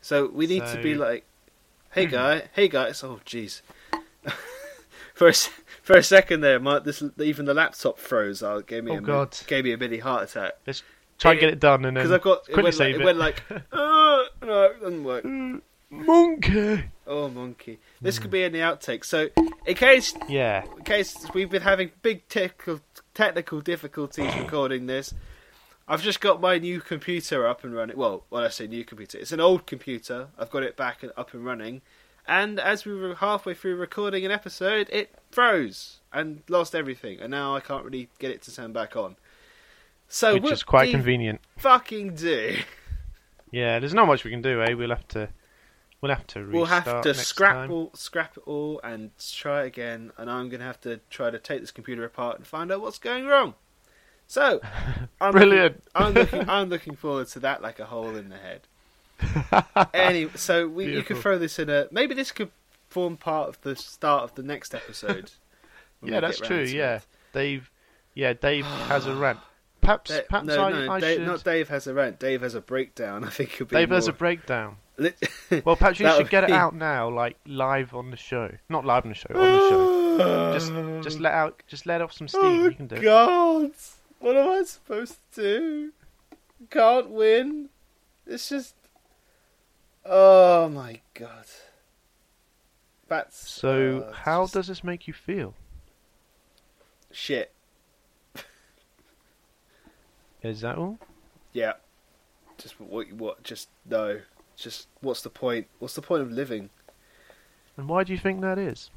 So we need to be So- Hmm. like, hey guy, hey guys. Oh jeez. for a, s- for a second there, my, this even the laptop froze. I gave me Oh, a mi- God. gave me a mini heart attack Let's try and get it done and then because I've got it quickly went, like, save Hmm. it went like, "Uh, no, it doesn't work. monkey. Oh monkey, this Hmm. could be in the outtake. So in case Yeah. in case we've been having big technical technical difficulties recording this. I've just got my new computer up and running. Well, when I say new computer, it's an old computer. I've got it back and up and running. And as we were halfway through recording an episode, it froze and lost everything. And now I can't really get it to turn back on. So Which Oh, what is quite do you convenient. Fucking do. Yeah, there's not much we can do, eh? We'll have to we'll have to restart We'll have to next scrap time. all, scrap it all, and try again. And I'm gonna have to try to take this computer apart and find out what's going wrong. So, I'm Brilliant. Looking, I'm looking, I'm looking forward to that like a hole in the head. anyway, so we you could Beautiful. throw this in a maybe this could form part of the start of the next episode. when Yeah, we that's get round true. to Yeah, it. Dave, Dave. Yeah, Dave has a rant. Perhaps, perhaps no, I, no, I Dave, should. not Dave has a rant. Dave has a breakdown. I think it'll be Dave has a more- breakdown. Li- Well, perhaps you That should would get it be- out now, like live on the show. Not live on the show, on the show. Just, just let out, just let off some steam. Oh you can do. it. God! What am I supposed to do? Can't win. It's just. Oh my God. That's So, uh, it's how just does this make you feel? shit? Is that all? Yeah. Just what? What? Just no. Just what's the point? What's the point of living? And why do you think that is?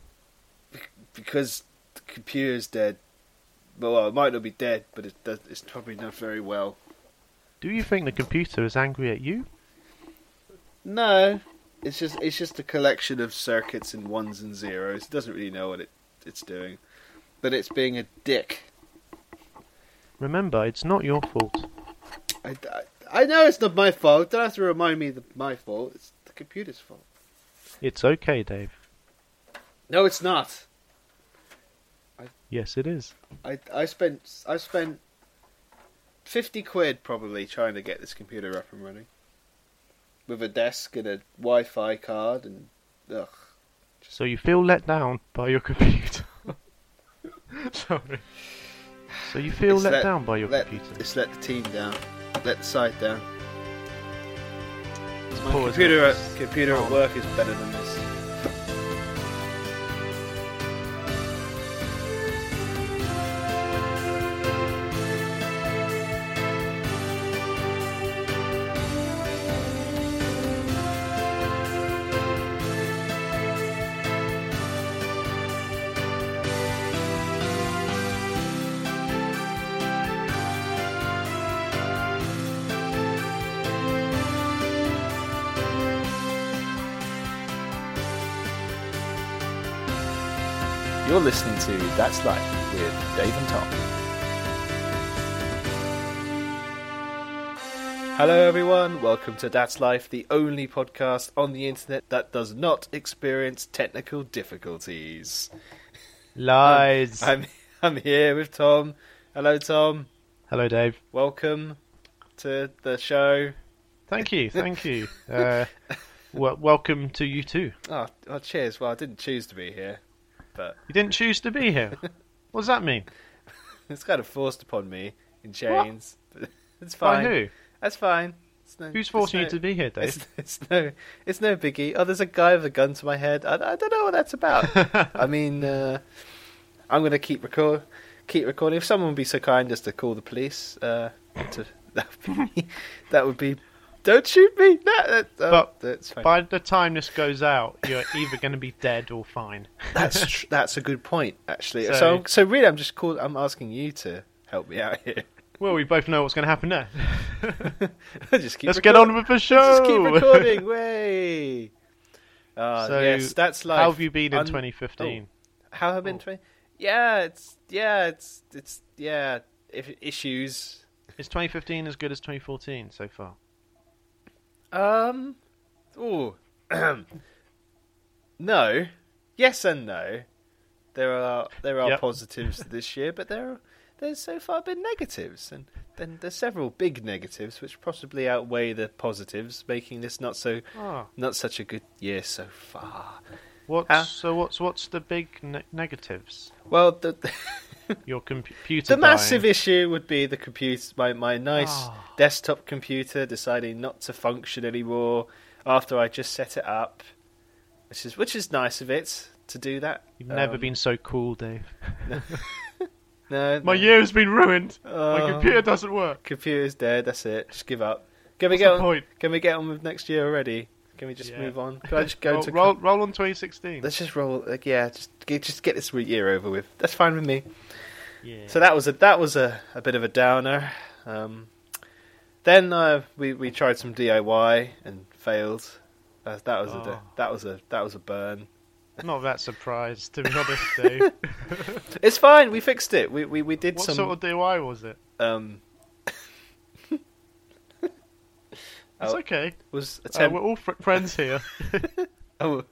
Because the computer's dead. Well, it might not be dead, but it does, it's probably not very well. Do you think the computer is angry at you? No, it's just it's just a collection of circuits and ones and zeros. It doesn't really know what it it's doing, but it's being a dick. Remember, it's not your fault. I, I, I know it's not my fault. Don't have to remind me that my fault. It's the computer's fault. It's okay, Dave. No, it's not. Yes, it is. I I spent I spent fifty quid probably trying to get this computer up and running, with a desk and a Wi-Fi card and ugh. So you feel let down by your computer. Sorry. So you feel It's let, down by your let- computer. It's let the team down. Let the side down. My Poor, isn't computer it? at, computer at work is better than this. You're listening to That's Life with Dave and Tom. Hello, everyone. Welcome to That's Life, the only podcast on the internet that does not experience technical difficulties. Lies. Um, I'm I'm here with Tom. Hello, Tom. Hello, Dave. Welcome to the show. Thank you, thank you. Uh, well, welcome to you too. Oh, oh, cheers. Well, I didn't choose to be here, but You didn't choose to be here. What does that mean? it's kind of forced upon me in chains. But it's By fine. who? That's fine. It's no- Who's it's forcing no- you to be here, Dave? It's, it's no, it's no biggie. Oh, there's a guy with a gun to my head. I, I don't know what that's about. I mean, uh, I'm gonna keep record, keep recording. If someone would be so kind as to call the police, uh, to, that would be, that would be. Don't shoot me. That, that, oh, But that's fine. By the time this goes out, you're either going to be dead or fine. That's tr- that's a good point, actually. So, So- so, really, I'm just call- I'm asking you to help me out here. Well, we both know what's going to happen there. just keep Let's get recording. on with the show. Just keep recording, way. Uh, So, yes, that's life. How have you been in Un- 2015? How have I been? Oh. Twenty? Yeah, it's yeah, it's it's yeah. If issues, Is 2015 as good as 2014 so far? um, ooh, no, yes and no. There are there are Yep. positives this year, but there are, there's so far been negatives, and then there's several big negatives which possibly outweigh the positives, making this not so Ah, not such a good year so far. what's Huh? so? What's what's the big ne- negatives? Well, the Your computer. the dying. massive issue would be the computer, my, my nice Ah. desktop computer deciding not to function anymore after I just set it up, which is which is nice of it to do that. You've never Um, been so cool, Dave. no, My no. year has been ruined. Uh, My computer doesn't work. computer's dead. That's it. Just give up. Can we What's get the on? point? Can we get on with next year already? Can we just Yeah. move on? Can I just go roll, to roll, roll on 2016. Let's just roll. Like, yeah, just get, just get this year over with. That's fine with me. Yeah. So that was a that was a, a bit of a downer. Um, then uh, we we tried some DIY and failed. That, that was a Oh. that was a that was a burn. I'm not that surprised, to be honest, Dave. It's fine. We fixed it. We we, we did what some sort of DIY was it? um It's Oh, okay. was Uh, attempt. we're all fr- friends here. oh,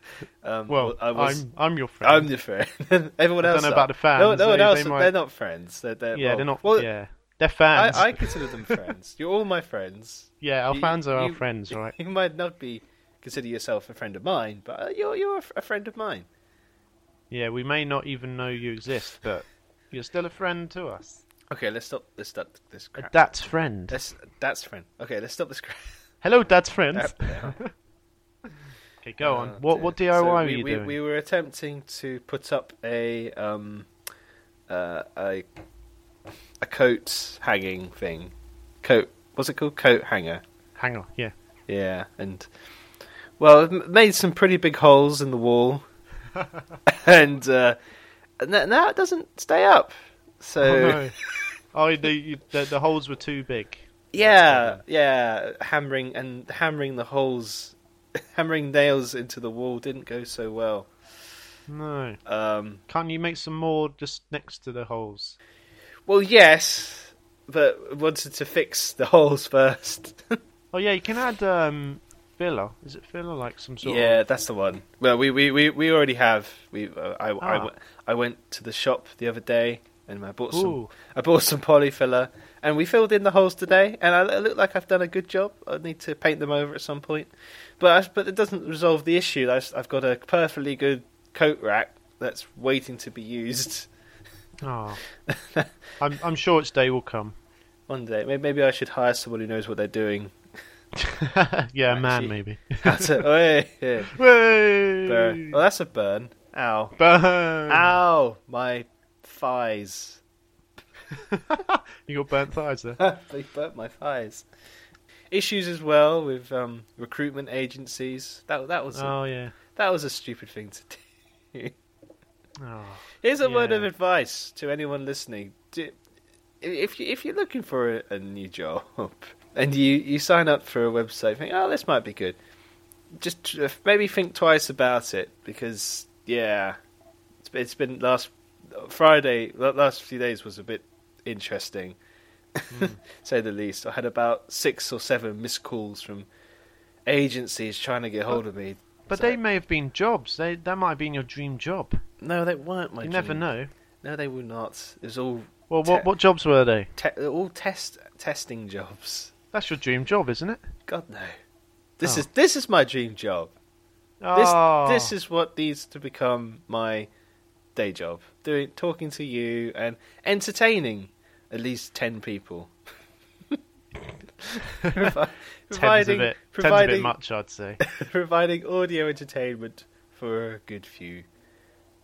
um, Well, I was. I'm I'm your friend. I'm your friend. Everyone I don't else. know are. about the fans. No, no They- one they else. They might- are not friends. They're, they're, yeah, well, they're not. Well, yeah, they're fans. I, I consider them friends. You're all my friends. yeah, our You- fans are our you- friends, right? You might not be consider yourself a friend of mine, but uh, you're you're a, f- a friend of mine. Yeah, we may not even know you exist, but you're still a friend to us. Okay, let's stop. Let's stop this A crap. dad's friend. Let's, that's friend. Okay, let's stop this crap. Hello, dad's friend. now. okay, go on. Oh, What dear. what DIY So were we, you we, doing? We were attempting to put up a um uh, a a coat hanging thing. Coat. What's it called? Coat hanger. Hang on. Yeah. Yeah, and well, it m- made some pretty big holes in the wall, and uh, and that, now it doesn't stay up. So Oh, no. oh the, you, the the holes were too big. yeah, yeah, hammering and hammering the holes, hammering nails into the wall didn't go so well. No. Um, Can't you make some more just next to the holes? well, yes, but wanted to fix the holes first. Oh yeah, you can add um filler. Is it filler like some sort? yeah, that's the one. Well, we we, we, we already have. We uh, I, I Ah. went- I went to the shop the other day and I bought Of... some Ooh. I bought some polyfiller, and we filled in the holes today. And I it look like I've done a good job. I need to paint them over at some point, but I, but it doesn't resolve the issue. I, have got a perfectly good coat rack that's waiting to be used Oh. I'm I'm sure its day will come. one day. Maybe, maybe I should hire someone who knows what they're doing. yeah, a man Actually- maybe. That's a, oh, yeah, yeah. Burn. Burn. Well, that's a burn. Ow, Ah. ow, my thighs. You got burnt thighs there. they burnt my thighs. Issues as well with um, recruitment agencies. That that was a- Oh yeah. that was a stupid thing to do. Oh. Here's a word of Yeah. advice to anyone listening: Do, if you, if you're looking for a, a new job and you, you sign up for a website, think, oh, this might be good. Just tr- uh, maybe think twice about it because yeah, it's, it's been last Friday. the Last few days was a bit interesting, Hmm. say the least. I had about six or seven missed calls from agencies trying to get hold of me. But So- they may have been jobs. They that might have been your dream job. no, they weren't my. you never dream. know. No, they were not. It was all Well, what Te- what jobs were they? te- they're all test testing jobs. That's your dream job, isn't it? God no. This Oh. is this is my dream job. This Oh. this is what needs to become my day job. Doing talking to you and entertaining at least ten people. Provi- Ten's providing a bit, ten's a bit providing much, I'd say, providing audio entertainment for a good few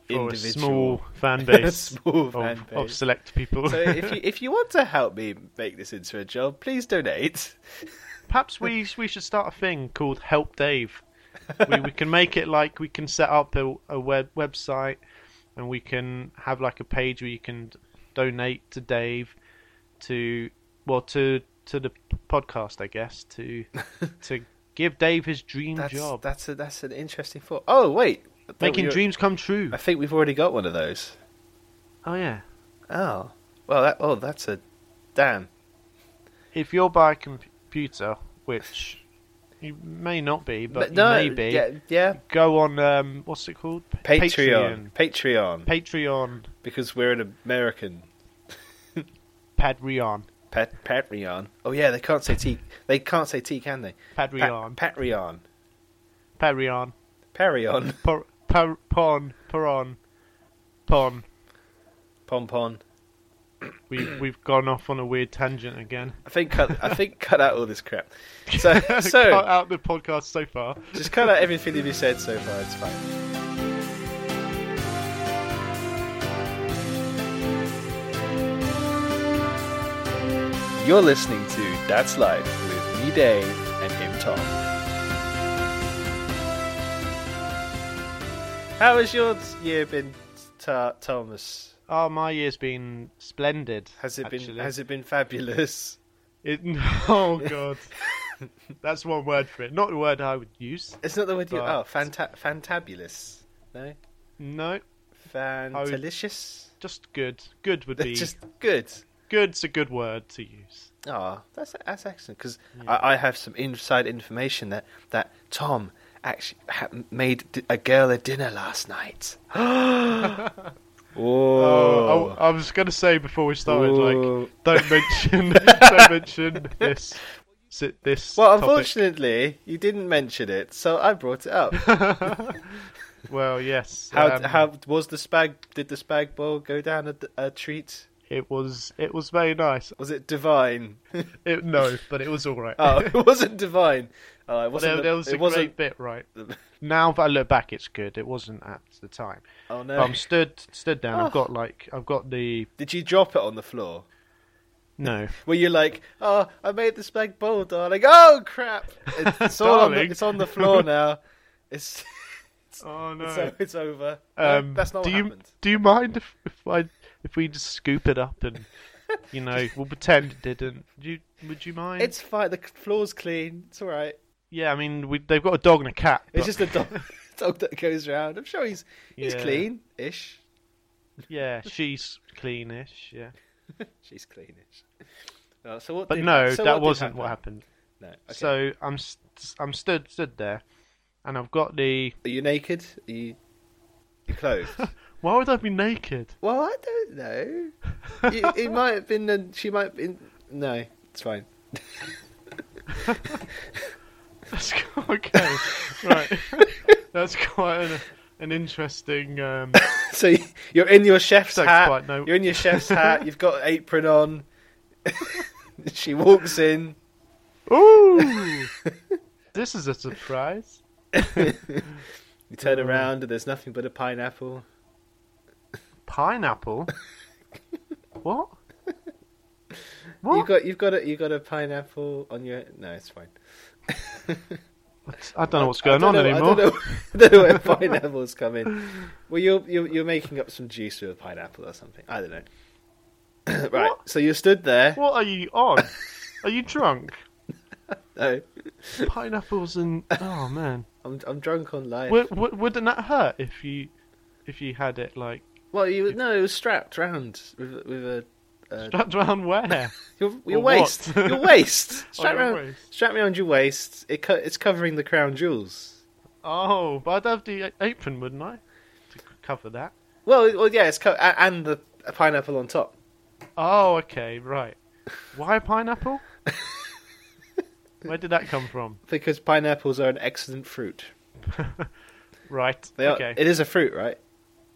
for a individual small fan base, small of, fan of base. select people. so if you if you want to help me make this into a job, please donate. Perhaps we we should start a thing called Help Dave. we, we can make it like we can set up a, a web website, and we can have like a page where you can donate to Dave to well to to the podcast, I guess, to to give Dave his dream That's job, that's a, that's an interesting thought. Oh wait, I thought making we were- dreams come true. I think we've already got one of those. Oh yeah. Oh well, that oh that's a damn. If you're by computer, which you may not be, but, you may be, yeah, yeah. go on. Um, what's it called? Patreon, Patreon, Patreon. Patreon. because we're an American. Patreon. Pat, Patreon. Oh yeah, they can't say T. They can't say T, can they? Patreon. Pat, Patreon. Patreon. Parion. Por- por- Pon. Poron. Pon. Pom pom. We've we've gone off on a weird tangent again. I think cut, I think cut out all this crap. So Cut so out the podcast so far. just cut out everything that you said so far. It's fine. You're listening to That's Life with me, Dave, and him, Tom. How has your year been, Ta- Thomas? Oh, my year's been splendid. Has it been actually. has it been fabulous? It, oh god, that's one word for it. Not the word I would use. It's not the word you. But- Oh, fanta- fantabulous. No, No, would- fantalicious. just good. Good would be It's just good. good's a good word to use. Oh, that's that's excellent because I, I have some inside information that that Tom actually ha- made d- a girl a dinner last night. Oh, oh, I, I was gonna say before we started, Ooh. like, don't mention, don't mention this. si- This well, topic. unfortunately, you didn't mention it, so I brought it up. Well, yes. how um, how was the spag? Did the spag bowl go down a, d- a treat? it was? It was very nice. Was it divine? It, no, but it was all right. oh, it wasn't divine. Oh, it wasn't. there, the- there was it a wasn't. great bit, right? Now that I look back, it's good. It wasn't at the time. Oh But no! I'm stood stood down. Oh. I've got like I've got the Did you drop it on the floor? no. where you're like, "Oh, I made the spag bowl, darling. Oh crap! It's, it's all on the, Darling. it's on the floor now. It's Oh no. it's, o- it's over. No, um, that's not do what you happened. do you mind if, if I if we just scoop it up and you know we'll pretend it didn't? Do you, would you mind? It's fine. The c- floor's clean. It's all right. yeah. I mean, we, they've got a dog and a cat. It's but- just a dog, dog that goes around. I'm sure he's he's Yeah. clean-ish. yeah, she's cleanish. Yeah, She's cleanish. Uh, so what? but did- no, so that what did wasn't what happened. No. Okay. So I'm st- I'm stood stood there, and I've got the. are you naked? Are you you clothed? Why would I be naked? well, I don't know. It, it might have been. A, she might have been. No, it's fine. That's okay. right, that's quite an, an interesting. Um, So you- you're in your chef's Don't hat. quite know. You're in your chef's hat. You've got an apron on. she walks in. Ooh, this is a surprise. You turn Oh. around and there's nothing but a pineapple. Pineapple? what? What? You got you've got a you got a pineapple on your no, it's fine. I don't know what's going I on don't know- anymore. I don't know, I don't know where pineapples come in. Well, you're, you're you're making up some juice with a pineapple or something. I don't know. right. What? So you stood there. What are you on? are you drunk? No, Pineapples and oh man, I'm I'm drunk on life. w- w- wouldn't that hurt if you if you had it like well, you no, it was strapped round with with a. Uh, strapped around where? Oh, Your, your what? Oh, waist. Your waist. Strap, your round, waist. strap me around your waist. It co- it's covering the crown jewels. oh, but I'd have the a- apron, wouldn't I, to c- cover that? Well, it- well yeah, it's co- a- and the a pineapple on top. Oh, okay, right. Why pineapple? Where did that come from? Because pineapples are an excellent fruit. Right. They are, okay. It is a fruit, right?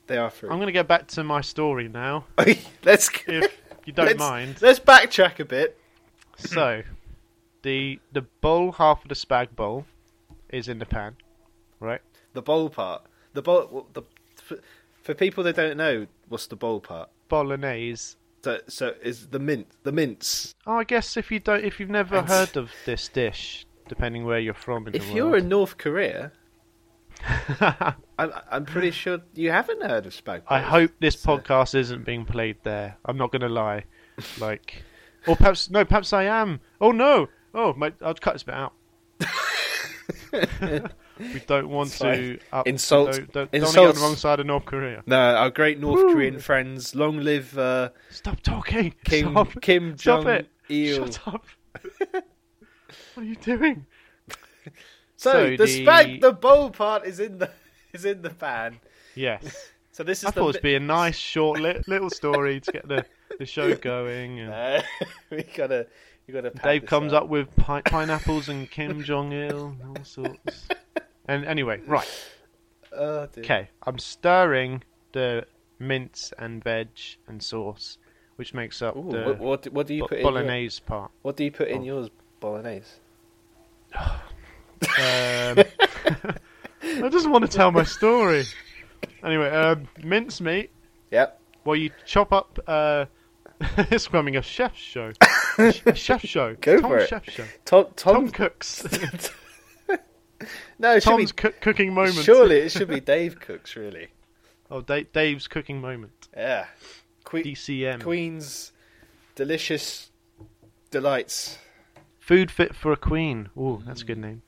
They are fruit. I'm going to get back to my story now, let's if you don't let's, mind. Let's backtrack a bit. So, the the bowl half of the spag bowl is in the pan, right? The bowl part. The bowl. well, The for, for people that don't know, what's the bowl part? Bolognese. So, so is the mint the mince. Oh, I guess if you don't, if you've never And- heard of this dish, depending where you're from in the If world. you're in North Korea, I'm I'm pretty sure you haven't heard of spag. I bol. hope this podcast isn't being played there. I'm not going to lie. Like, Or perhaps no, perhaps I am. Oh no! Oh, my, I'll cut this bit out. we don't want It's to fine. up, Insult- Don't, don't, don't wanna get on insults. the wrong side of North Korea. No, our great North Korean friends. Long live uh, Stop talking. Kim Stop. Kim Stop Jong it. Il. Shut up. what are you doing? So, So the, the- spank the bowl part is in the is in the ban. Yes. So this is I the thought it would bit- be a nice, short, li- little story to get the, the show going. And Uh, we gotta you gotta. pad Dave this comes up with pi- pineapples and Kim Jong Il and all sorts. And anyway, right. Oh, dear. Okay, I'm stirring the mince and veg and sauce, which makes up Ooh, the what, what what do you bo- put in? Your, bolognese Oh. part. what do you put in yours? Bolognese. Um, I just want to tell my story. Anyway, um, mince meat. Yep. Well, you chop up. Uh, it's becoming a chef show. a chef show. Go Tom for it. Chef show. Tom Tom Tom. cooks. no, it should Tom's be, cook cooking moment. surely it should be Dave Cooks. Really. Oh, da- Dave's cooking moment. Yeah. Que- DCM. Queen's delicious delights. Food fit for a queen. Ooh, that's Mm. a good name.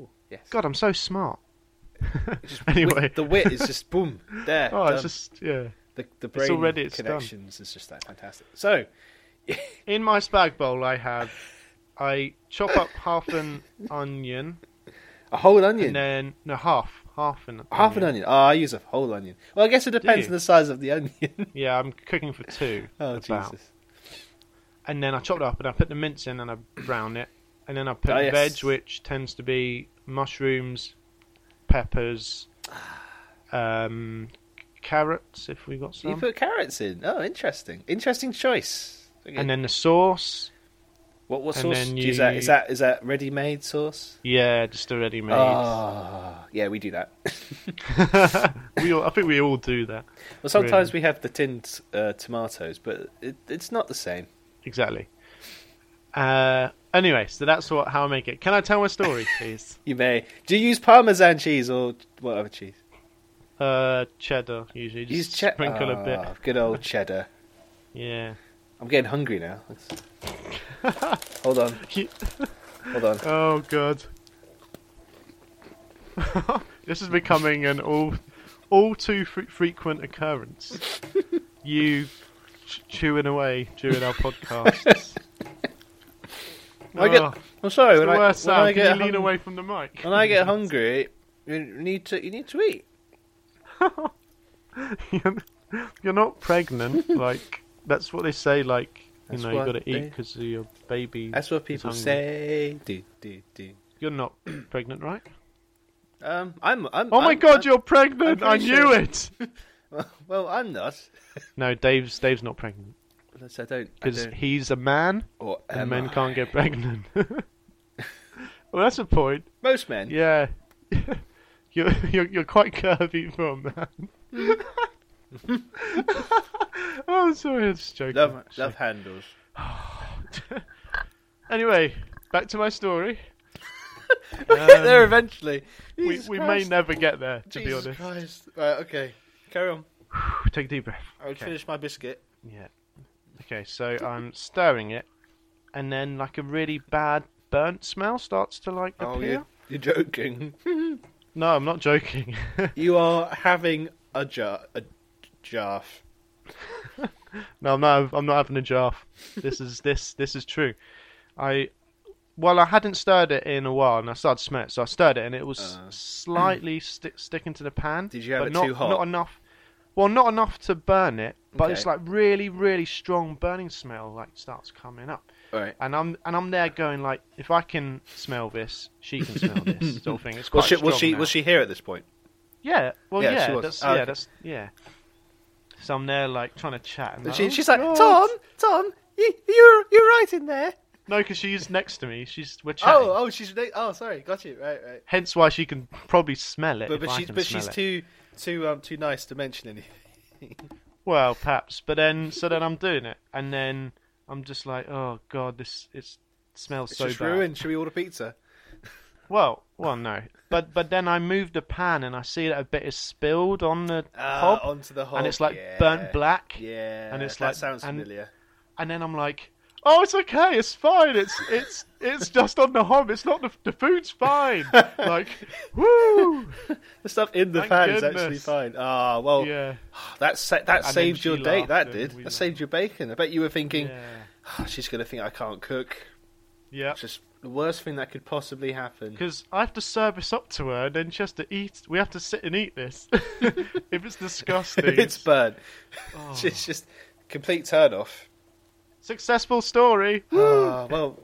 Ooh, yes. God, I'm so smart. Just anyway. wit, the um, wit is just boom there. Oh, it's done. just yeah. the the brain already- it's done. connections is just that fantastic. So In my spag bowl, I have I chop up half an onion a whole onion, and then no half half an half an onion. Oh, I use a whole onion. Well, I guess it depends you? on the size of the onion. Yeah, I'm cooking for two. oh about. Jesus! And then I chop it up and I put the mince in and I brown it. And then I put Ah, yes. veg, which tends to be mushrooms, peppers, Ah. um, carrots if we got You some. put carrots in. Oh, interesting. Interesting choice. Okay. And then the sauce. what what and sauce then do you use? That you- is that is that ready made sauce? Yeah, just a ready made. Oh, yeah, we do that. we all, I think we all do that. Well, sometimes we have the tinned uh, tomatoes, but it, it's not the same. Exactly. Uh, anyway, so that's what how I make it. Can I tell my story, please? You may. Do you use Parmesan cheese or what other cheese? uh, cheddar usually. Just Use cheddar. Ah. sprinkle a bit. Good old cheddar. Yeah. I'm getting hungry now. Let's- hold on, hold on. oh god. this is becoming an all all too fre- frequent occurrence. you ch- chewing away during our podcasts. I get, Oh, I'm sorry. the When I, worst when sound. I Can get you lean hung- away from the mic? when I get hungry, you need to you need to eat. you're you're not pregnant. like that's what they say. Like you That's know, you what got to eat they- because your baby. That's what is people hungry. say. Do do do. You're not pregnant, right? Um, I'm. I'm Oh my I'm- god, I'm- you're pregnant! I'm I pretty knew sure. it. Well, I'm not. No, Dave's Dave's not pregnant Unless I don't. I because don't he's a man, or and am men I? can't get pregnant. well, that's a point. Most men. Yeah, you're you're, you're quite curvy for a man. oh, sorry, I was just joking. Mm. Love love handles. Anyway, back to my story. Get there eventually. Um, we, Jesus we may Christ. never get there, to Jesus be honest. Christ. Right, okay. Carry on. Take a deep breath. I'll finish my biscuit. Yeah. Okay, so I'm stirring it, and then like a really bad burnt smell starts to like Oh, appear. you you're joking. No, I'm not joking. you are having a jar. A jar. no, I'm not. I'm not having a jaff. This is this this is true. I well, I hadn't stirred it in a while, and I started to smell it, so I stirred it, and it was Uh. slightly sti sticking to the pan. Did you have but it not, too hot? Not enough. Well, not enough to burn it, but Okay. it's like really, really strong burning smell like starts coming up. All right. and I'm and I'm there going like, if I can smell this, she can smell this sort of thing. It's quite Was she? Was strong she? now. Was she here at this point? Yeah. Well, Yeah, yeah. she was. That's, Oh, yeah. okay. That's yeah. So I'm there like trying to chat. And And like, she, "Oh, she's like, God." Tom, Tom, you, you're you're right in there. No, because she's next to me. She's we're chatting. Oh, oh, she's na- oh, sorry, got you right, right. Hence why she can probably smell it. But but if I she's can but smell she's it. too too um too nice to mention anything. Well, perhaps. But then, so then I'm doing it, and then I'm just like, oh god, this it smells It's so just bad. ruined. Should we order pizza? Well, well, no. But but then I move the pan and I see that a bit is spilled on the Ah, hob, onto the hob. and it's like yeah. burnt black. Yeah, and it's that like- sounds and- familiar. And then I'm like, Oh, it's okay. It's fine. It's it's it's just on the hob. It's not the, the food's fine. like, woo. The stuff in the Thank pan is goodness. actually fine. Ah, well, Yeah. that sa- that then saved she your date. laughed That and did. we That laughed. saved your bacon. I bet you were thinking, Yeah. "Ah, she's gonna think I can't cook. Yeah. It's just the worst thing that could possibly happen. Because I have to service up to her, and then she has to eat. We have to sit and eat this. if it's disgusting, it's burn. oh. It's just complete turn off. successful story. Oh. Ah, well,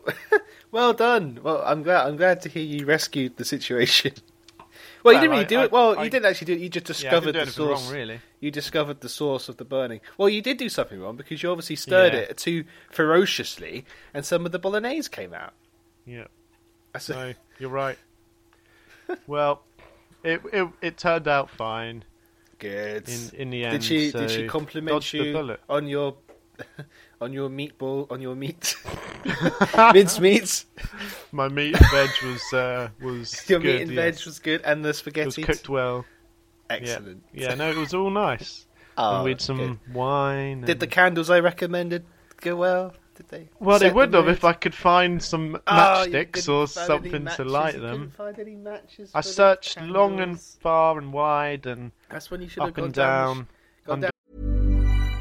well done. Well, I'm glad. I'm glad to hear you rescued the situation. Well, you Well, didn't really I- do I- it. Well, I- you didn't actually do it. You just Yeah, I didn't discovered do the anything source. wrong, really. You discovered the source of the burning. Well, you did do something wrong because you obviously stirred Yeah. it too ferociously, and some of the bolognese came out. Yeah. That's No, you're right. well, it, it it turned out fine good. in in the end. Did she so did she dodged compliment the you bullet. on your on your meatball on your meat mince meats? My meat and veg was uh, was Your good, meat and yes. veg was good, and the It was spaghetti. cooked well. Yeah. Excellent. Yeah, no, it was all nice. Oh, and we had that's some good. wine. Did and- the candles I recommended go well? Did they? well, they set the would have mood? if I could find some Oh, you matchsticks couldn't or find any something to matches, light you them. couldn't find any matches I for the searched long and candles? far and wide and That's when you should have up gone and down. gone under- down.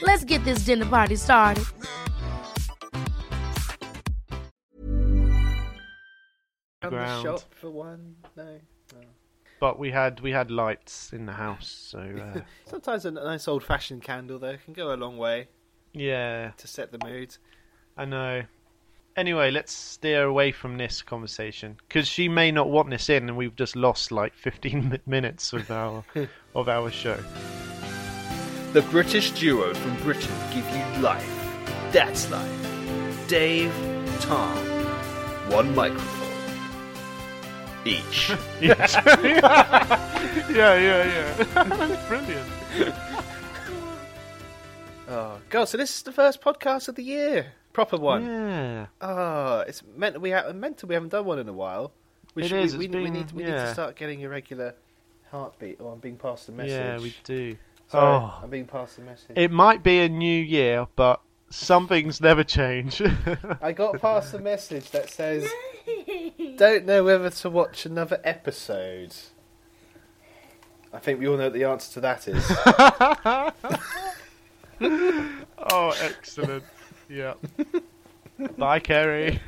Let's get this dinner party started. down the ground. shop for one. No. But we had we had lights in the house, so uh, Sometimes a nice old-fashioned candle though can go a long way yeah, to set the mood. I know. Anyway, let's steer away from this conversation because she may not want this in, and we've just lost like 15 mi- minutes of our of our show. The British duo from Britain give you life. That's life. Dave, Tom, one microphone each. Yeah, yeah, yeah. Brilliant. oh god! So this is the first podcast of the year, proper one. Yeah. Oh, it's meant that we ha- meant that we haven't done one in a while. We It should, is, We, it's we, we been- need we need yeah. to start getting a regular heartbeat. Or I'm being passed the message. Yeah, we do. Sorry, Oh. I'm being passed the message. It might be a new year, but some things never change. I got past the message that says, "Don't know whether to watch another episode." I think we all know what the answer to that is. oh, excellent. Yeah. Bye, Kerry.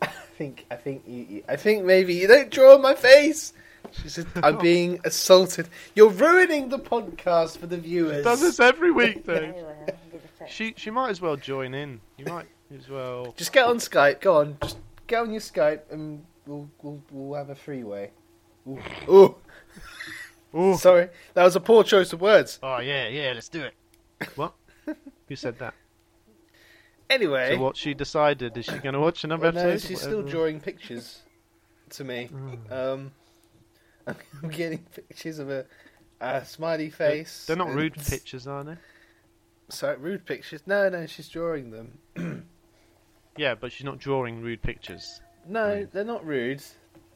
I think I think you, you- I think maybe you don't draw on my face. She said, "I'm being assaulted. You're ruining the podcast for the viewers." Does this every week, though. She she might as well join in. You might as well. Just get on Skype. Go on. Just get on your Skype, and we'll we'll, we'll have a free way. Ooh. Ooh. Sorry, that was a poor choice of words. Oh yeah, yeah. Let's do it. What? Who said that? Anyway, So what she decided is she going to watch Well, another no, episode? she's still Whatever. Hmm. drawing pictures to me. Um, I'm getting pictures of a, a smiley face. They're not and- rude pictures, are they? Sorry, rude pictures. No, no, she's drawing them. Yeah, but she's not drawing rude pictures Hmm. No, they're not rude.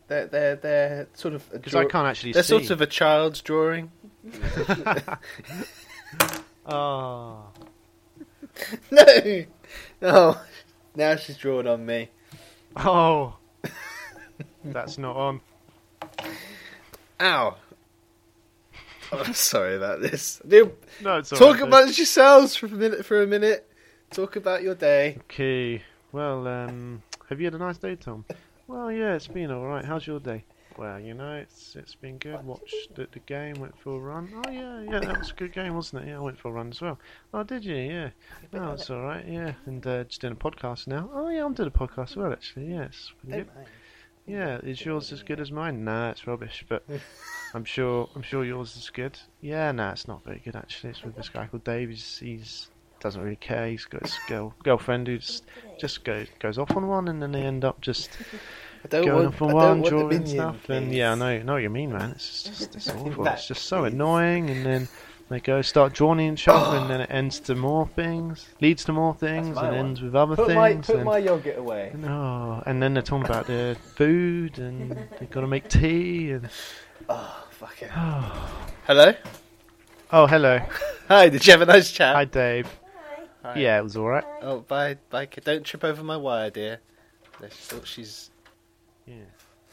They're they're they're sort of because I can't actually They're see. sort of a child's drawing. Oh. No, no. Now she's drawing on me. Oh. That's not on. Ow. I'm sorry about this. Do- No, it's all Talk right, about yourselves for a minute. For a minute. Talk about your day. Okay. Well, um, Have you had a nice day, Tom? Well, yeah, it's been all right. How's your day? Well, you know, it's it's been good. Watched the, the game, went for a run. Oh yeah, yeah, that was a good game, wasn't it? Yeah, I went for a run as well. Oh, did you? Yeah. No, it's all right. Yeah, and uh, just doing a podcast now. Oh yeah, I'm doing a podcast as well, actually. Yeah, it's pretty good. Don't mind. Yeah, is yours as good as mine? Nah, it's rubbish, but I'm sure I'm sure yours is good. Yeah, nah, it's not very good actually. It's with this guy called Dave. He's, he's doesn't really care. He's got his girl, girlfriend who's just go, goes off on one, and then they end up just I don't going want, off on I one, don't want drawing the minion, stuff, and please. yeah, I know, know what you mean, man. It's just it's awful. Back, It's just so annoying, and then they go start drawing and shoving, and then it ends to more things, leads to more things, my and one. ends with other Put things. my put and- my yogurt away. Oh, and then they're talking about their food and they've got to make tea and Oh fuck it. Hello. oh hello, Hi. Did you have a nice chat? hi Dave. Yeah, it was all right. Oh, bye, bye. kid. Don't trip over my wire, dear. I thought she's.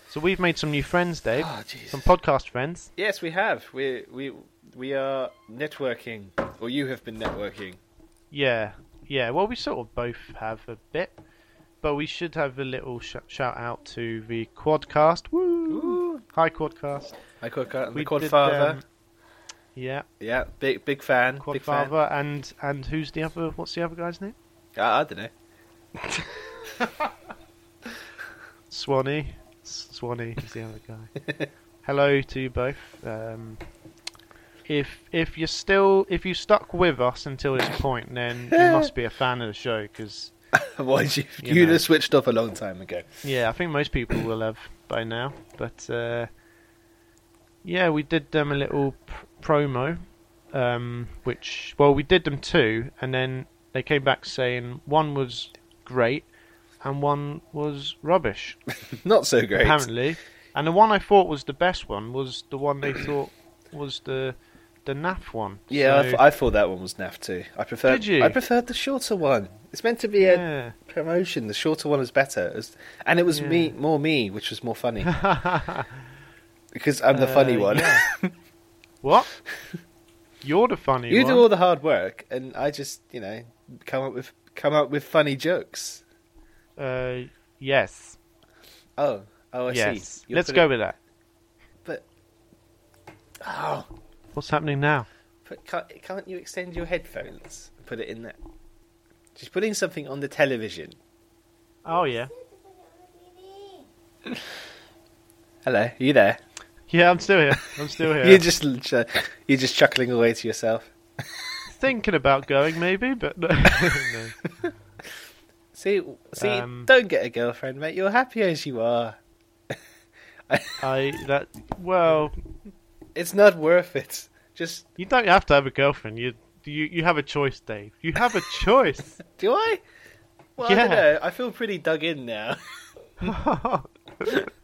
So we've made some new friends, Dave. Oh Jesus. Some podcast friends. Yes, we have. We we we are networking, or you have been networking. Yeah, yeah. Well, we sort of both have a bit, but we should have a little sh- shout out to the Quadcast. Woo! Hi Quadcast. I caught out We the did, Quadfather. um, Yeah, yeah, big big fan. big fan. Quadfather, and and who's the other? What's the other guy's name? Ah, I don't know. Swanee. S- Swanee is the other guy. Hello to you both. Um, if if you're still if you stuck with us until this point, then you must be a fan of the show because Why did you? You You, know. would have switched off a long time ago. yeah, I think most people will have by now. But uh, yeah, we did them a little pr- promo, um, which well we did them two, and then they came back saying one was great and one was rubbish. Not so great. apparently. And the one I thought was the best one was the one they thought was the the naff one. Yeah, I So, th- I thought that one was naff too. I preferred. Did you? I preferred the shorter one. It's meant to be yeah. a promotion. The shorter one is better, It was- and it was me more me, which was more funny because I'm the funny Uh, one. yeah. what? You're the funny you one. do all the hard work, and I just you know come up with come up with funny jokes. Uh, yes. Oh, oh, I yes. see. You're Let's putting- go with that. But oh, What's happening now? But can't, can't you extend your headphones? and Put it in there. She's putting something on the television. Oh yeah. Hello, are you there? Yeah, I'm still here. I'm still here. You're just uh, you're just chuckling away to yourself. thinking about going maybe, but no. No. See, see, Um, don't get a girlfriend, mate. You're happy as you are. I that well, It's not worth it. Just you don't have to have a girlfriend. You you you have a choice, Dave. You have a choice. do I? Well, I Yeah. don't know. I feel pretty dug in now.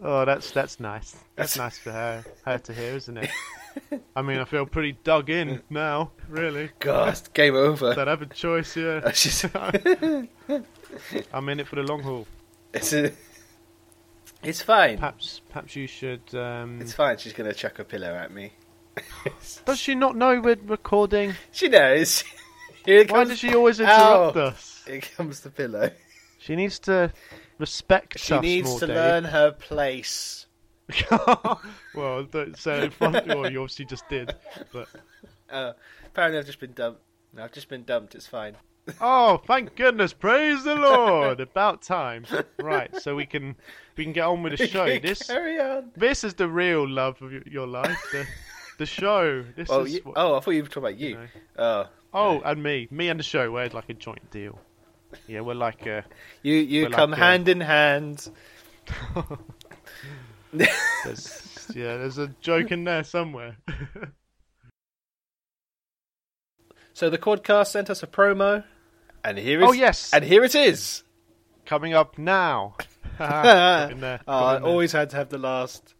Oh, that's that's nice. That's nice for her, her to hear, isn't it? I mean, I feel pretty dug in now, really. God, game over. Don't have a choice here. That's just- I'm in it for the long haul. it's, a- it's fine. Perhaps, perhaps you should. Um... It's fine. She's gonna chuck a pillow at me. Does she not know we're recording? She knows. Here Why comes, does she always interrupt Ow. us? here comes the pillow. She needs to respect She us needs more, to Dave. learn her place. well, don't say it in front. Well, you obviously just did, but Uh, apparently, I've just been dumped. No, I've just been dumped. It's fine. Oh, thank goodness! Praise the Lord! About time. Right, so we can we can get on with the show. This Carry on. this is the real love of y- your life. The, the show. This Oh, is you, what, oh, I thought you were talking about you. know. Oh, oh, and me, me and the show. We're like a joint deal. Yeah, we're like a. you you Well, come like, uh, hand in hand. There's, yeah, there's a joke in there somewhere. So the Quadcast sent us a promo, and here is Oh, yes. and here it is. Coming up now. Got in Ah, there. Oh, got I in there. always had to have the last.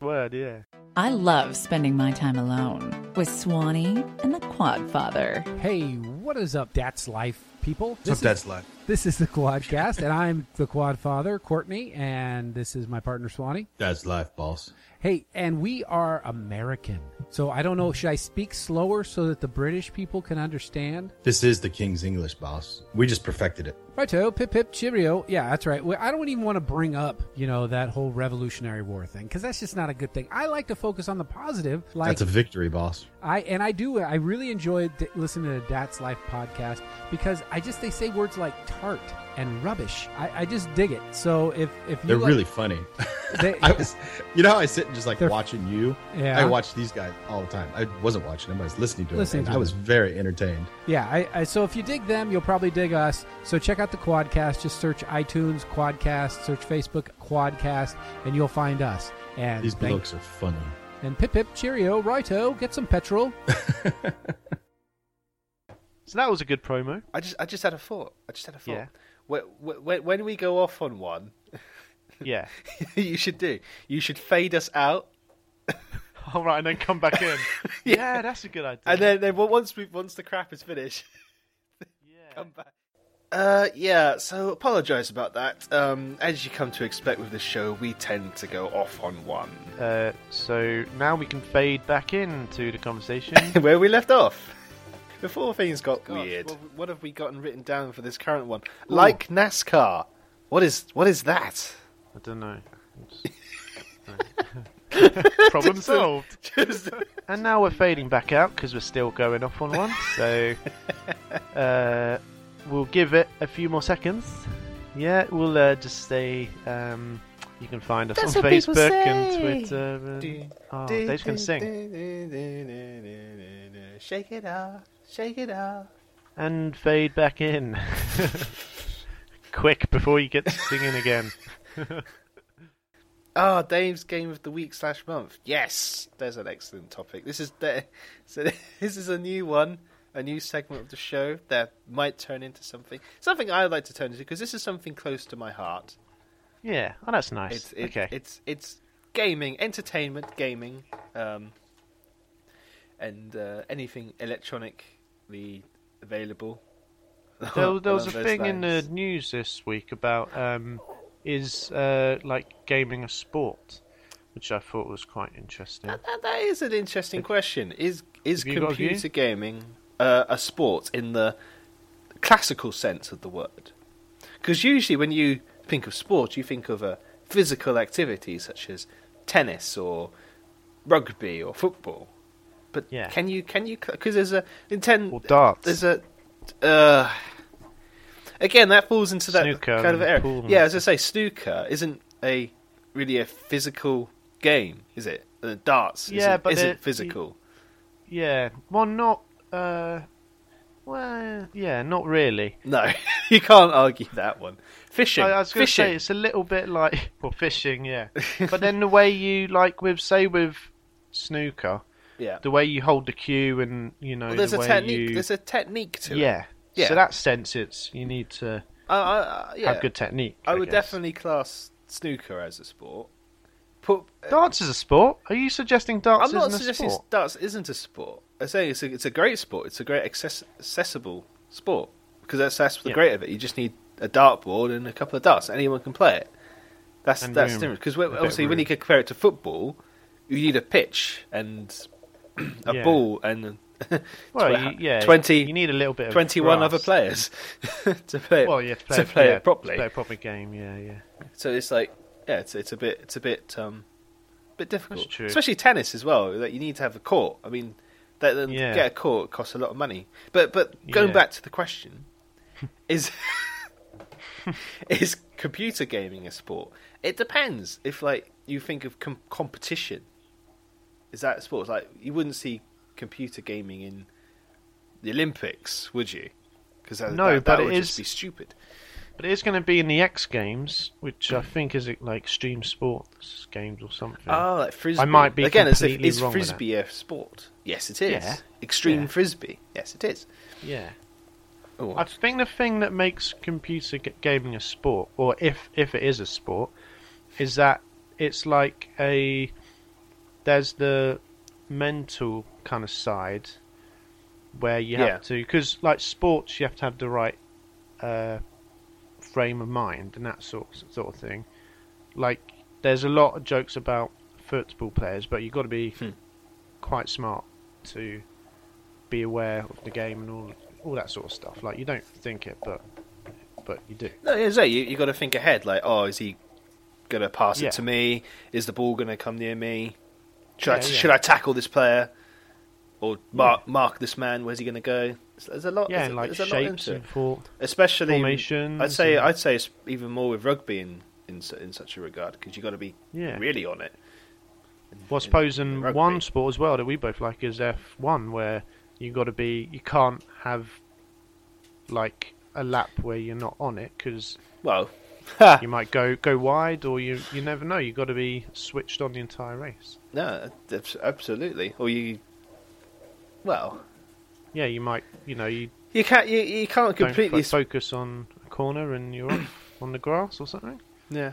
word. Yeah. I love spending my time alone with Swanee and the Quadfather. Hey, what is up, Dats Life people. What's up, This is, Dad's life? this is the Quadcast, and I'm the Quad Father, Courtney, and this is my partner, Swanee. Dad's life, boss. Hey, and we are American. So I don't know, should I speak slower so that the British people can understand? This is the King's English, boss. We just perfected it. Righto, pip pip, cheerio. Yeah, that's right. Well, I don't even want to bring up, you know, that whole Revolutionary War thing because that's just not a good thing. I like to focus on the positive. Like That's a victory, boss. I and I do. I really enjoy d- listening to Dat's Life podcast because I just they say words like tart and rubbish. I, I just dig it. So if if you They're like- really funny. They- I was, you know, how I sit and just like They're- watching you. Yeah. I watch these guys all the time. I wasn't watching them. I was listening to Listening them. and to I was them. very entertained. Yeah, I, I, so if you dig them, you'll probably dig us. So check out the Quadcast. Just search iTunes Quadcast, search Facebook Quadcast, and you'll find us. And These thank- blokes are funny. And pip pip cheerio, righto, get some petrol. So that was a good promo. I just I just had a thought. I just had a Yeah. thought. When When, when we go off on one, Yeah. you should do. You should fade us out, All right, and then come back in. yeah. that's a good idea. and then, then once we once the crap is finished, yeah. come back. Uh, yeah. So apologise about that. Um, as you come to expect with this show, we tend to go off on one Uh, so now we can fade back into the conversation. where we left off before things got Gosh, weird. what- what have we gotten written down for this current one? Like NASCAR. What is what is that? I don't know. Problem solved. And now we're fading back out because we're still going off on one. So uh, we'll give it a few more seconds. Yeah, we'll uh, just say um, you can find us on Facebook and Twitter. And, oh, Dave's going to sing. Shake it off, shake it off. And fade back in. Quick before you get to singing again. Ah, Dave's game of the week slash month. Yes, there's an excellent topic. This is the, so this is a new one, a new segment of the show that might turn into something, something I'd like to turn into because this is something close to my heart. Yeah, oh, that's nice. It's it, okay. It's it's gaming, entertainment, gaming, um, and uh, anything electronically available. there, there was a Along those thing in the lines. news this week about um, is uh, like gaming a sport, which I thought was quite interesting. That- that- that is an interesting question. Is is Have you got a view? computer gaming uh, a sport in the classical sense of the word? Because usually when you think of sport, you think of a physical activity such as tennis or rugby or football. But Yeah. can you can you because there's a Nintendo Or darts. There's a uh, again that falls into that Snooker kind of and area. pool and Yeah, as I say, snooker isn't a really a physical game, is it? Uh, darts Yeah, isn't, but isn't it- physical. Yeah, well, not. Uh, well, yeah, not really. No, you can't argue that one. Fishing, I, I was going to fishing. say it's a little bit like well, fishing, yeah. but then the way you like with say with snooker, yeah, the way you hold the cue and you know well, there's the a way technique. you There's a technique to it. yeah. Yeah. So that sense, it's you need to Uh, uh, yeah. have good technique. I would guess. definitely class snooker as a sport. Put, Darts is a sport. Are you suggesting darts I'm not isn't suggesting a sport? darts isn't a sport. I'm saying it's a, it's a great sport. It's a great access, accessible sport because that's that's the Yeah. great of it. You just need a dartboard and a couple of darts. Anyone can play it. That's And that's room. different because A bit of obviously when you compare it to football, you need a pitch and a Yeah. ball and Well, twe- you, yeah, 20 You need a little bit of 21 grass. other players to play it, Well, yeah, to play, to play yeah, it properly. To play a proper game, yeah, yeah. So it's like, yeah, it's it's a bit it's a bit um, bit difficult, That's true. especially tennis as well. That you need to have a court. I mean, that then Yeah. get a court costs a lot of money. But but going Yeah. back to the question, is is computer gaming a sport? It depends. If like you think of com- competition, is that a sport? Like you wouldn't see computer gaming in the Olympics, would you? Because that, No, that, that but it would is- just be stupid. But it is going to be in the X Games, which I think is like extreme sports games or something. Oh, like frisbee. I might be again. It's if, completely is wrong with that. frisbee a sport? Yes, it is. Yeah. Extreme Yeah. frisbee. Yes, it is. yeah. Oh, I think the thing that makes computer g- gaming a sport, or if if it is a sport, is that it's like a there's the mental kind of side where you have Yeah. to because like sports you have to have the right uh, frame of mind and that sort sort of thing. Like, there's a lot of jokes about football players, but you've got to be Hmm. quite smart to be aware of the game and all all that sort of stuff. Like, you don't think it, but but you do. No, yeah, so you you got to think ahead. Like, oh, is he gonna pass Yeah. it to me? Is the ball gonna come near me? Should I Yeah, yeah. should I tackle this player or mark mark this man? Where's he gonna go? There's, there's a lot. Yeah, there's, and a- like there's a lot shapes into it. and thought. especially formations I'd say and- I'd say it's even more with rugby in in, su- in such a regard because you got to be Yeah. really on it. Well, I suppose in rugby. one sport as well that we both like is F1, where you got to be, you can't have like a lap where you're not on it because Well, you might go go wide or you you never know. You got to be switched on the entire race. no, abs- absolutely. Or you, well, Yeah, you might, you know, you you can't you, you can't don't completely. fo- sp- focus on a corner and you're off on the grass or something. yeah,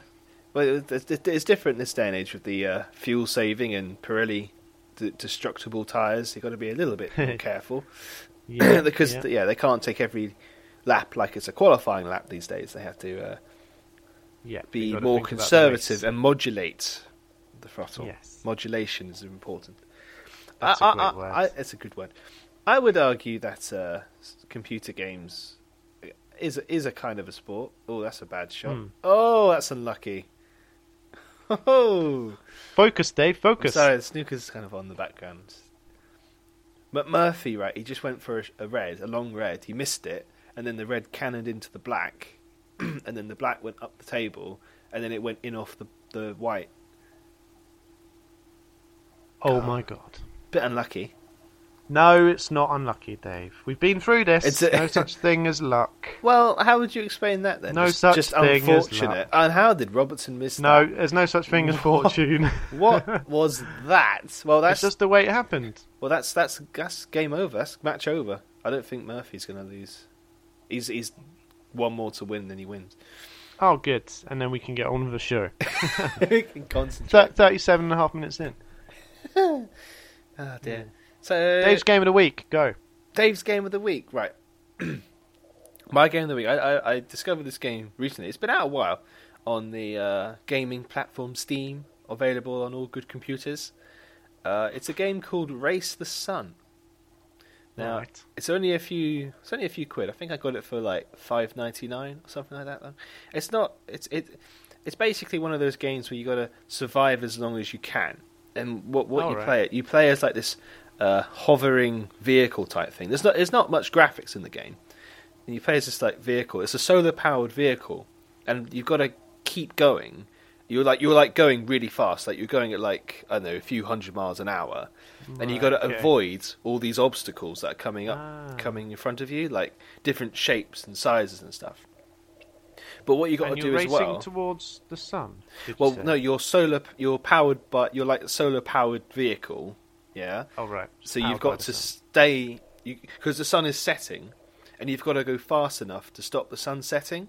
well, it- it's, it's different this day and age with the uh, fuel saving and Pirelli d- destructible tires. You got to be a little bit more careful Yeah, because yeah. yeah. they can't take every lap like it's a qualifying lap these days. They have to uh, yeah, you be gotta more think about the race. conservative and modulate the throttle. Yes. Modulation is important. That's I- a great I- I- word. I- it's a good word. I would argue that uh, s- computer games is is a kind of a sport. Oh, that's a bad shot. Hmm. Oh, that's unlucky. Oh, Focus, Dave. I'm Focus. sorry, the snooker's kind of on the background. But Murphy, right? He just went for a, sh- a red, a long red. He missed it, and then the red cannoned into the black, and then the black went up the table, and then it went in off the the white. Oh my god. Bit unlucky. No, it's not unlucky, Dave. We've been through this. It's a- no such thing as luck. Well, how would you explain that then? No just, such just thing as unfortunate. luck. And how did Robertson miss No, that? there's no such thing as fortune. What was that? Well, That's that's just the way it happened. well, that's that's that's game over. That's match over. I don't think Murphy's going to lose. He's he's one more to win than he wins. Oh, good. And then we can get on with the show. He can concentrate. Thir- 37 and a half minutes in. Oh dear. So Dave's game of the week. Go. Dave's game of the week, right? My game of the week. I, I, I discovered this game recently. It's been out a while on the uh, gaming platform Steam, available on all good computers. Uh, it's a game called Race the Sun. Now Right. it's only a few. It's only a few quid. I think I got it for like five ninety nine or something like that. It's not. It's it. It's basically one of those games where you got to survive as long as you can. And what what you Alright. play it, you play as like this uh, hovering vehicle type thing. There's not there's not much graphics in the game. And you play as this like vehicle. It's a solar powered vehicle, and you've got to keep going. You're like you're like going really fast. Like you're going at like I don't know a few hundred miles an hour, and you got to okay. avoid all these obstacles that are coming up, Ah. coming in front of you, like different shapes and sizes and stuff. But what you got and to you're do as racing well. towards the sun. did you well, say? no, you're solar. You're powered by. You're like a solar powered vehicle. Yeah. Oh, right. So Powered you've by got the to sun. stay because the sun is setting, and you've got to go fast enough to stop the sun setting.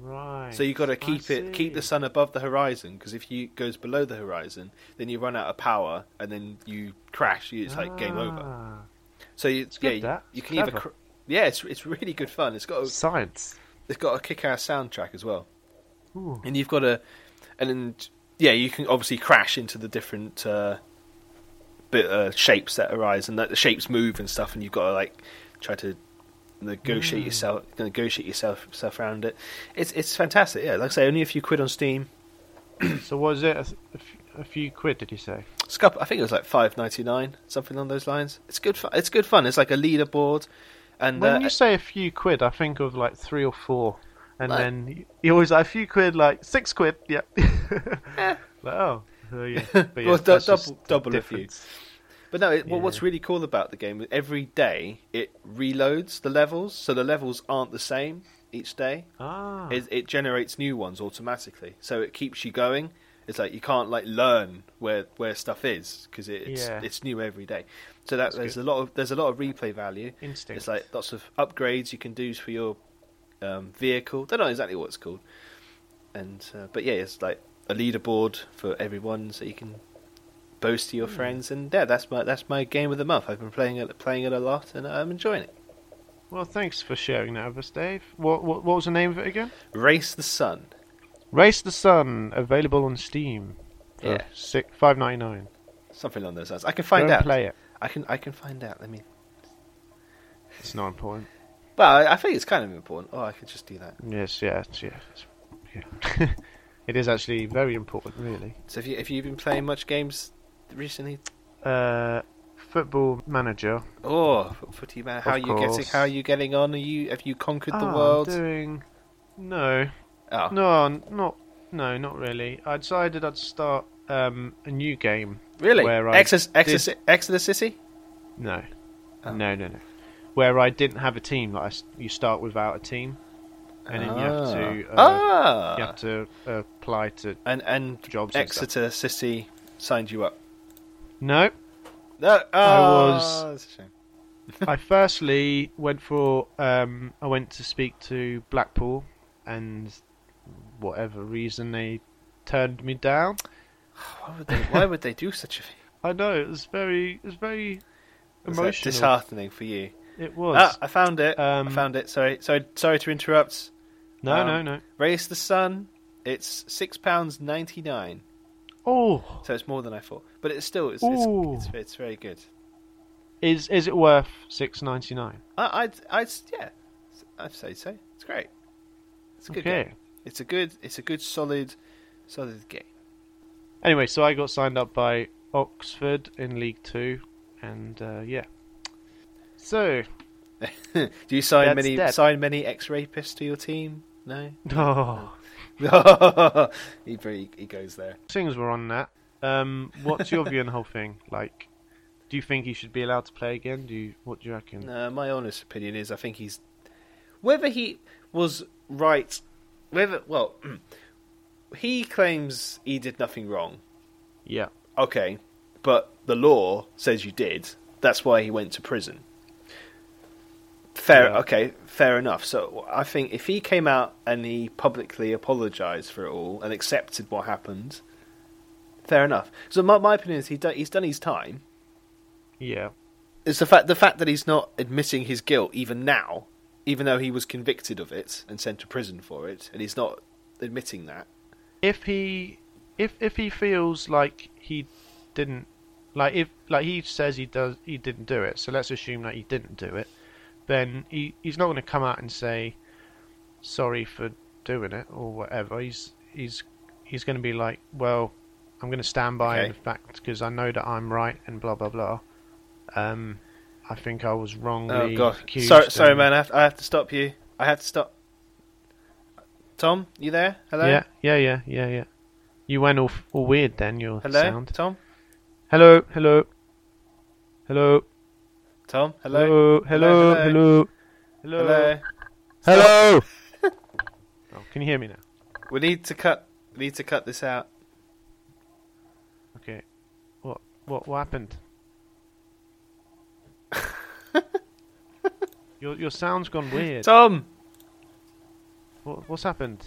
Right. So you've got I to keep it, keep the see. sun above the horizon. Because if you it goes below the horizon, then you run out of power, and then you crash. you- It's like game over. Ah, So you, good, yeah, you- that. you It's can either. clever. Cr- yeah, it's it's really good fun. It's got a, Science. it's got a kick-ass soundtrack as well, Ooh. and you've got to, and then yeah, you can obviously crash into the different uh, bit uh, shapes that arise, and that the shapes move and stuff, and you've got to like try to Mm. negotiate yourself, negotiate yourself, yourself around it. It's it's fantastic. Yeah, like I say, only a few quid on Steam. So was it a, a f- a few quid, did you say? It's a couple- I think it was like five ninety nine, something along those lines. It's good fun. It's good fun. It's like a leaderboard, and When uh, you say a few quid, I think of like three or four. And Like- then you- you always like a few quid, like six quid, yeah. like, oh, so yeah. But yeah, Eh. Well, du- that's just double- the double a few. difference. But no, it, what Yeah. what's really cool about the game is every day it reloads the levels, so the levels aren't the same each day. Ah, It, it generates new ones automatically, so it keeps you going. It's like you can't like learn where where stuff is because it, it's Yeah. it's new every day. So that there's a lot of there's a lot of replay value. Instinct. It's like lots of upgrades you can do for your um, vehicle. Don't know exactly what it's called, and uh, but yeah, it's like a leaderboard for everyone, so you can boast to Hmm. your friends. And yeah, that's my that's my game of the month. I've been playing it playing it a lot, and I'm enjoying it. Well, thanks for sharing that with us, Dave. What, what, what was the name of it again? Race the Sun. Race the Sun, available on Steam. For Yeah. six, five ninety nine. Something along those lines. I can find Go and out. play it. I can I can find out. Let me. It's not important. Well, I, I think it's kind of important. Oh, I could just do that. Yes, yes, yes. Yeah. it is actually very important, really. So, if you if you've been playing much games recently, Uh, football manager. oh, footy man, how Of are you getting? course. How are you getting on? Are you have you conquered the Ah, world? Doing. No, Oh, no, n- not no, not really. I decided I'd start um, a new game. really? Where I Exodus, Exodus, Exodus City. No, Oh. no, no, no. Where I didn't have a team. Like I s you start without a team, and then you have to. Uh, ah, You have to apply to. and and jobs and stuff. Exeter City signed you up. No, No, was- ah, that's a shame. I firstly went for um, I went to speak to Blackpool, and whatever reason they turned me down. Why would they? Why would they do such a thing? I know it was very it was very Was that emotional. disheartening for you. it was Ah, I found it. I Um, found it. Sorry, sorry, sorry to interrupt. no um, no no. Race the Sun. It's six pounds ninety nine, Oh, so it's more than I thought. But it's still it's it's, Ooh. it's, it's very good. is is it worth six ninety nine? I I'd, I'd yeah, I'd say so. It's great. It's a good Okay. game. It's a good it's a good solid solid game. Anyway, so I got signed up by Oxford in League Two, and uh, yeah. So do you sign That's many that. sign many ex rapists to your team? No. oh, he, he he goes there. things were on that. Um, what's your view on the whole thing? Like, do you think he should be allowed to play again? Do you? What do you reckon? No, Uh, my honest opinion is I think he's whether he was right whether well he claims he did nothing wrong. Yeah. Okay, but the law says you did. That's why he went to prison. Fair, Yeah. okay, fair enough. So I think if he came out and he publicly apologized for it all and accepted what happened, fair enough. So my, my opinion is he do, he's done his time. Yeah. It's the fact the fact that he's not admitting his guilt even now, even though he was convicted of it and sent to prison for it, and he's not admitting that. If he, if if he feels like he didn't, like if like he says he does, he didn't do it. So let's assume that he didn't do it. Then he he's not going to come out and say sorry for doing it or whatever. He's he's he's going to be like, well, I'm going to stand by Okay. the fact because I know that I'm right and blah blah blah. Um, I think I was wrongly Oh god, accused. sorry, sorry, and- man. I have, I have to stop you. I have to stop. Tom, you there? Hello. Yeah, yeah, yeah, yeah, yeah. You went all, f- all weird then, your Hello. sound. Tom. Hello, hello. Hello, Tom. Hello. hello, hello, hello. Hello. Hello. Hello. oh, can you hear me now? We need to cut. We need to cut this out. Okay. What what what happened? your your sound's gone weird. Tom. What, what's happened?